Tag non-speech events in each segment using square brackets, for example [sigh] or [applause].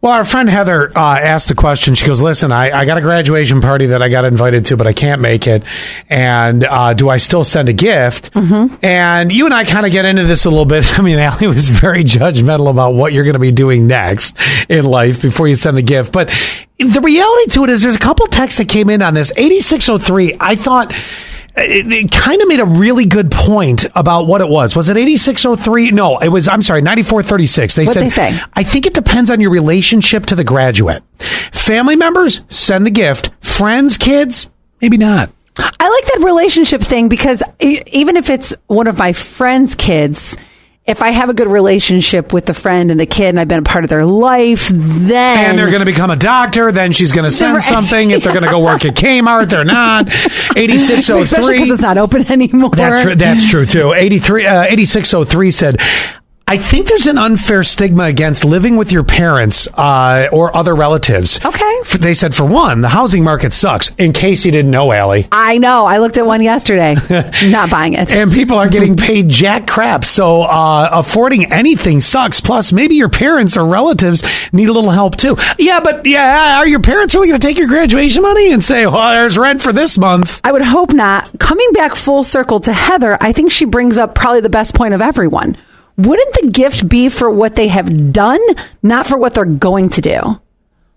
Well, our friend Heather uh, asked the question. She goes, "Listen, I, I got a graduation party that I got invited to, but I can't make it. And uh, do I still send a gift?" Mm-hmm. And you and I kind of get into this a little bit. [laughs] I mean, Allie was very judgmental about what you're going to be doing next in life before you send a gift. But the reality to it is, there's a couple texts that came in on this. Eighty six oh three. I thought it, it kind of made a really good point about what it was. Was it 8603? No, it was, I'm sorry, 9436. They What'd said, they say? I think it depends on your relationship to the graduate. Family members, send the gift. Friends, kids, maybe not. I like that relationship thing because e- even if it's one of my friend's kids, if I have a good relationship with the friend and the kid and I've been a part of their life, then And they're going to become a doctor. Then she's [laughs] going to send Right. something. If they're going to go work at Kmart, they're [laughs] not. 8603. especially because it's not open [laughs] anymore. That's tr- that's true too. 83 uh, 8603 said I think there's an unfair stigma against living with your parents uh, or other relatives. Okay. F- they said, for one, the housing market sucks, in case you didn't know, Allie. I know. I looked at [laughs] one yesterday. Not buying it. And people are [laughs] getting paid jack crap. So uh, affording anything sucks. Plus, maybe your parents or relatives need a little help too. Yeah, but yeah, are your parents really going to take your graduation money and say, well, there's rent for this month? I would hope not. Coming back full circle to Heather, I think she brings up probably the best point of everyone. Wouldn't the gift be for what they have done, not for what they're going to do?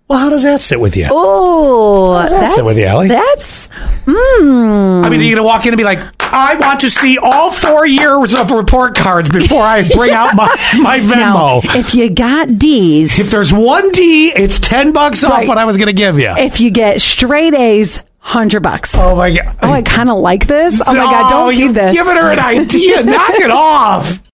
Well, how does that sit with you? Oh, sit with you, Allie. That's I mean, are you going to walk in and be like, I want to see all four years of report cards before I bring out [laughs] my, my now, Venmo. if you got D's, if there's one D, it's 10 bucks off Right. what I was going to give you. if you get straight A's, hundred bucks. oh, my God. Oh, I kind of like this. Oh my god, don't you do this. [laughs] giving her an idea. Knock it off.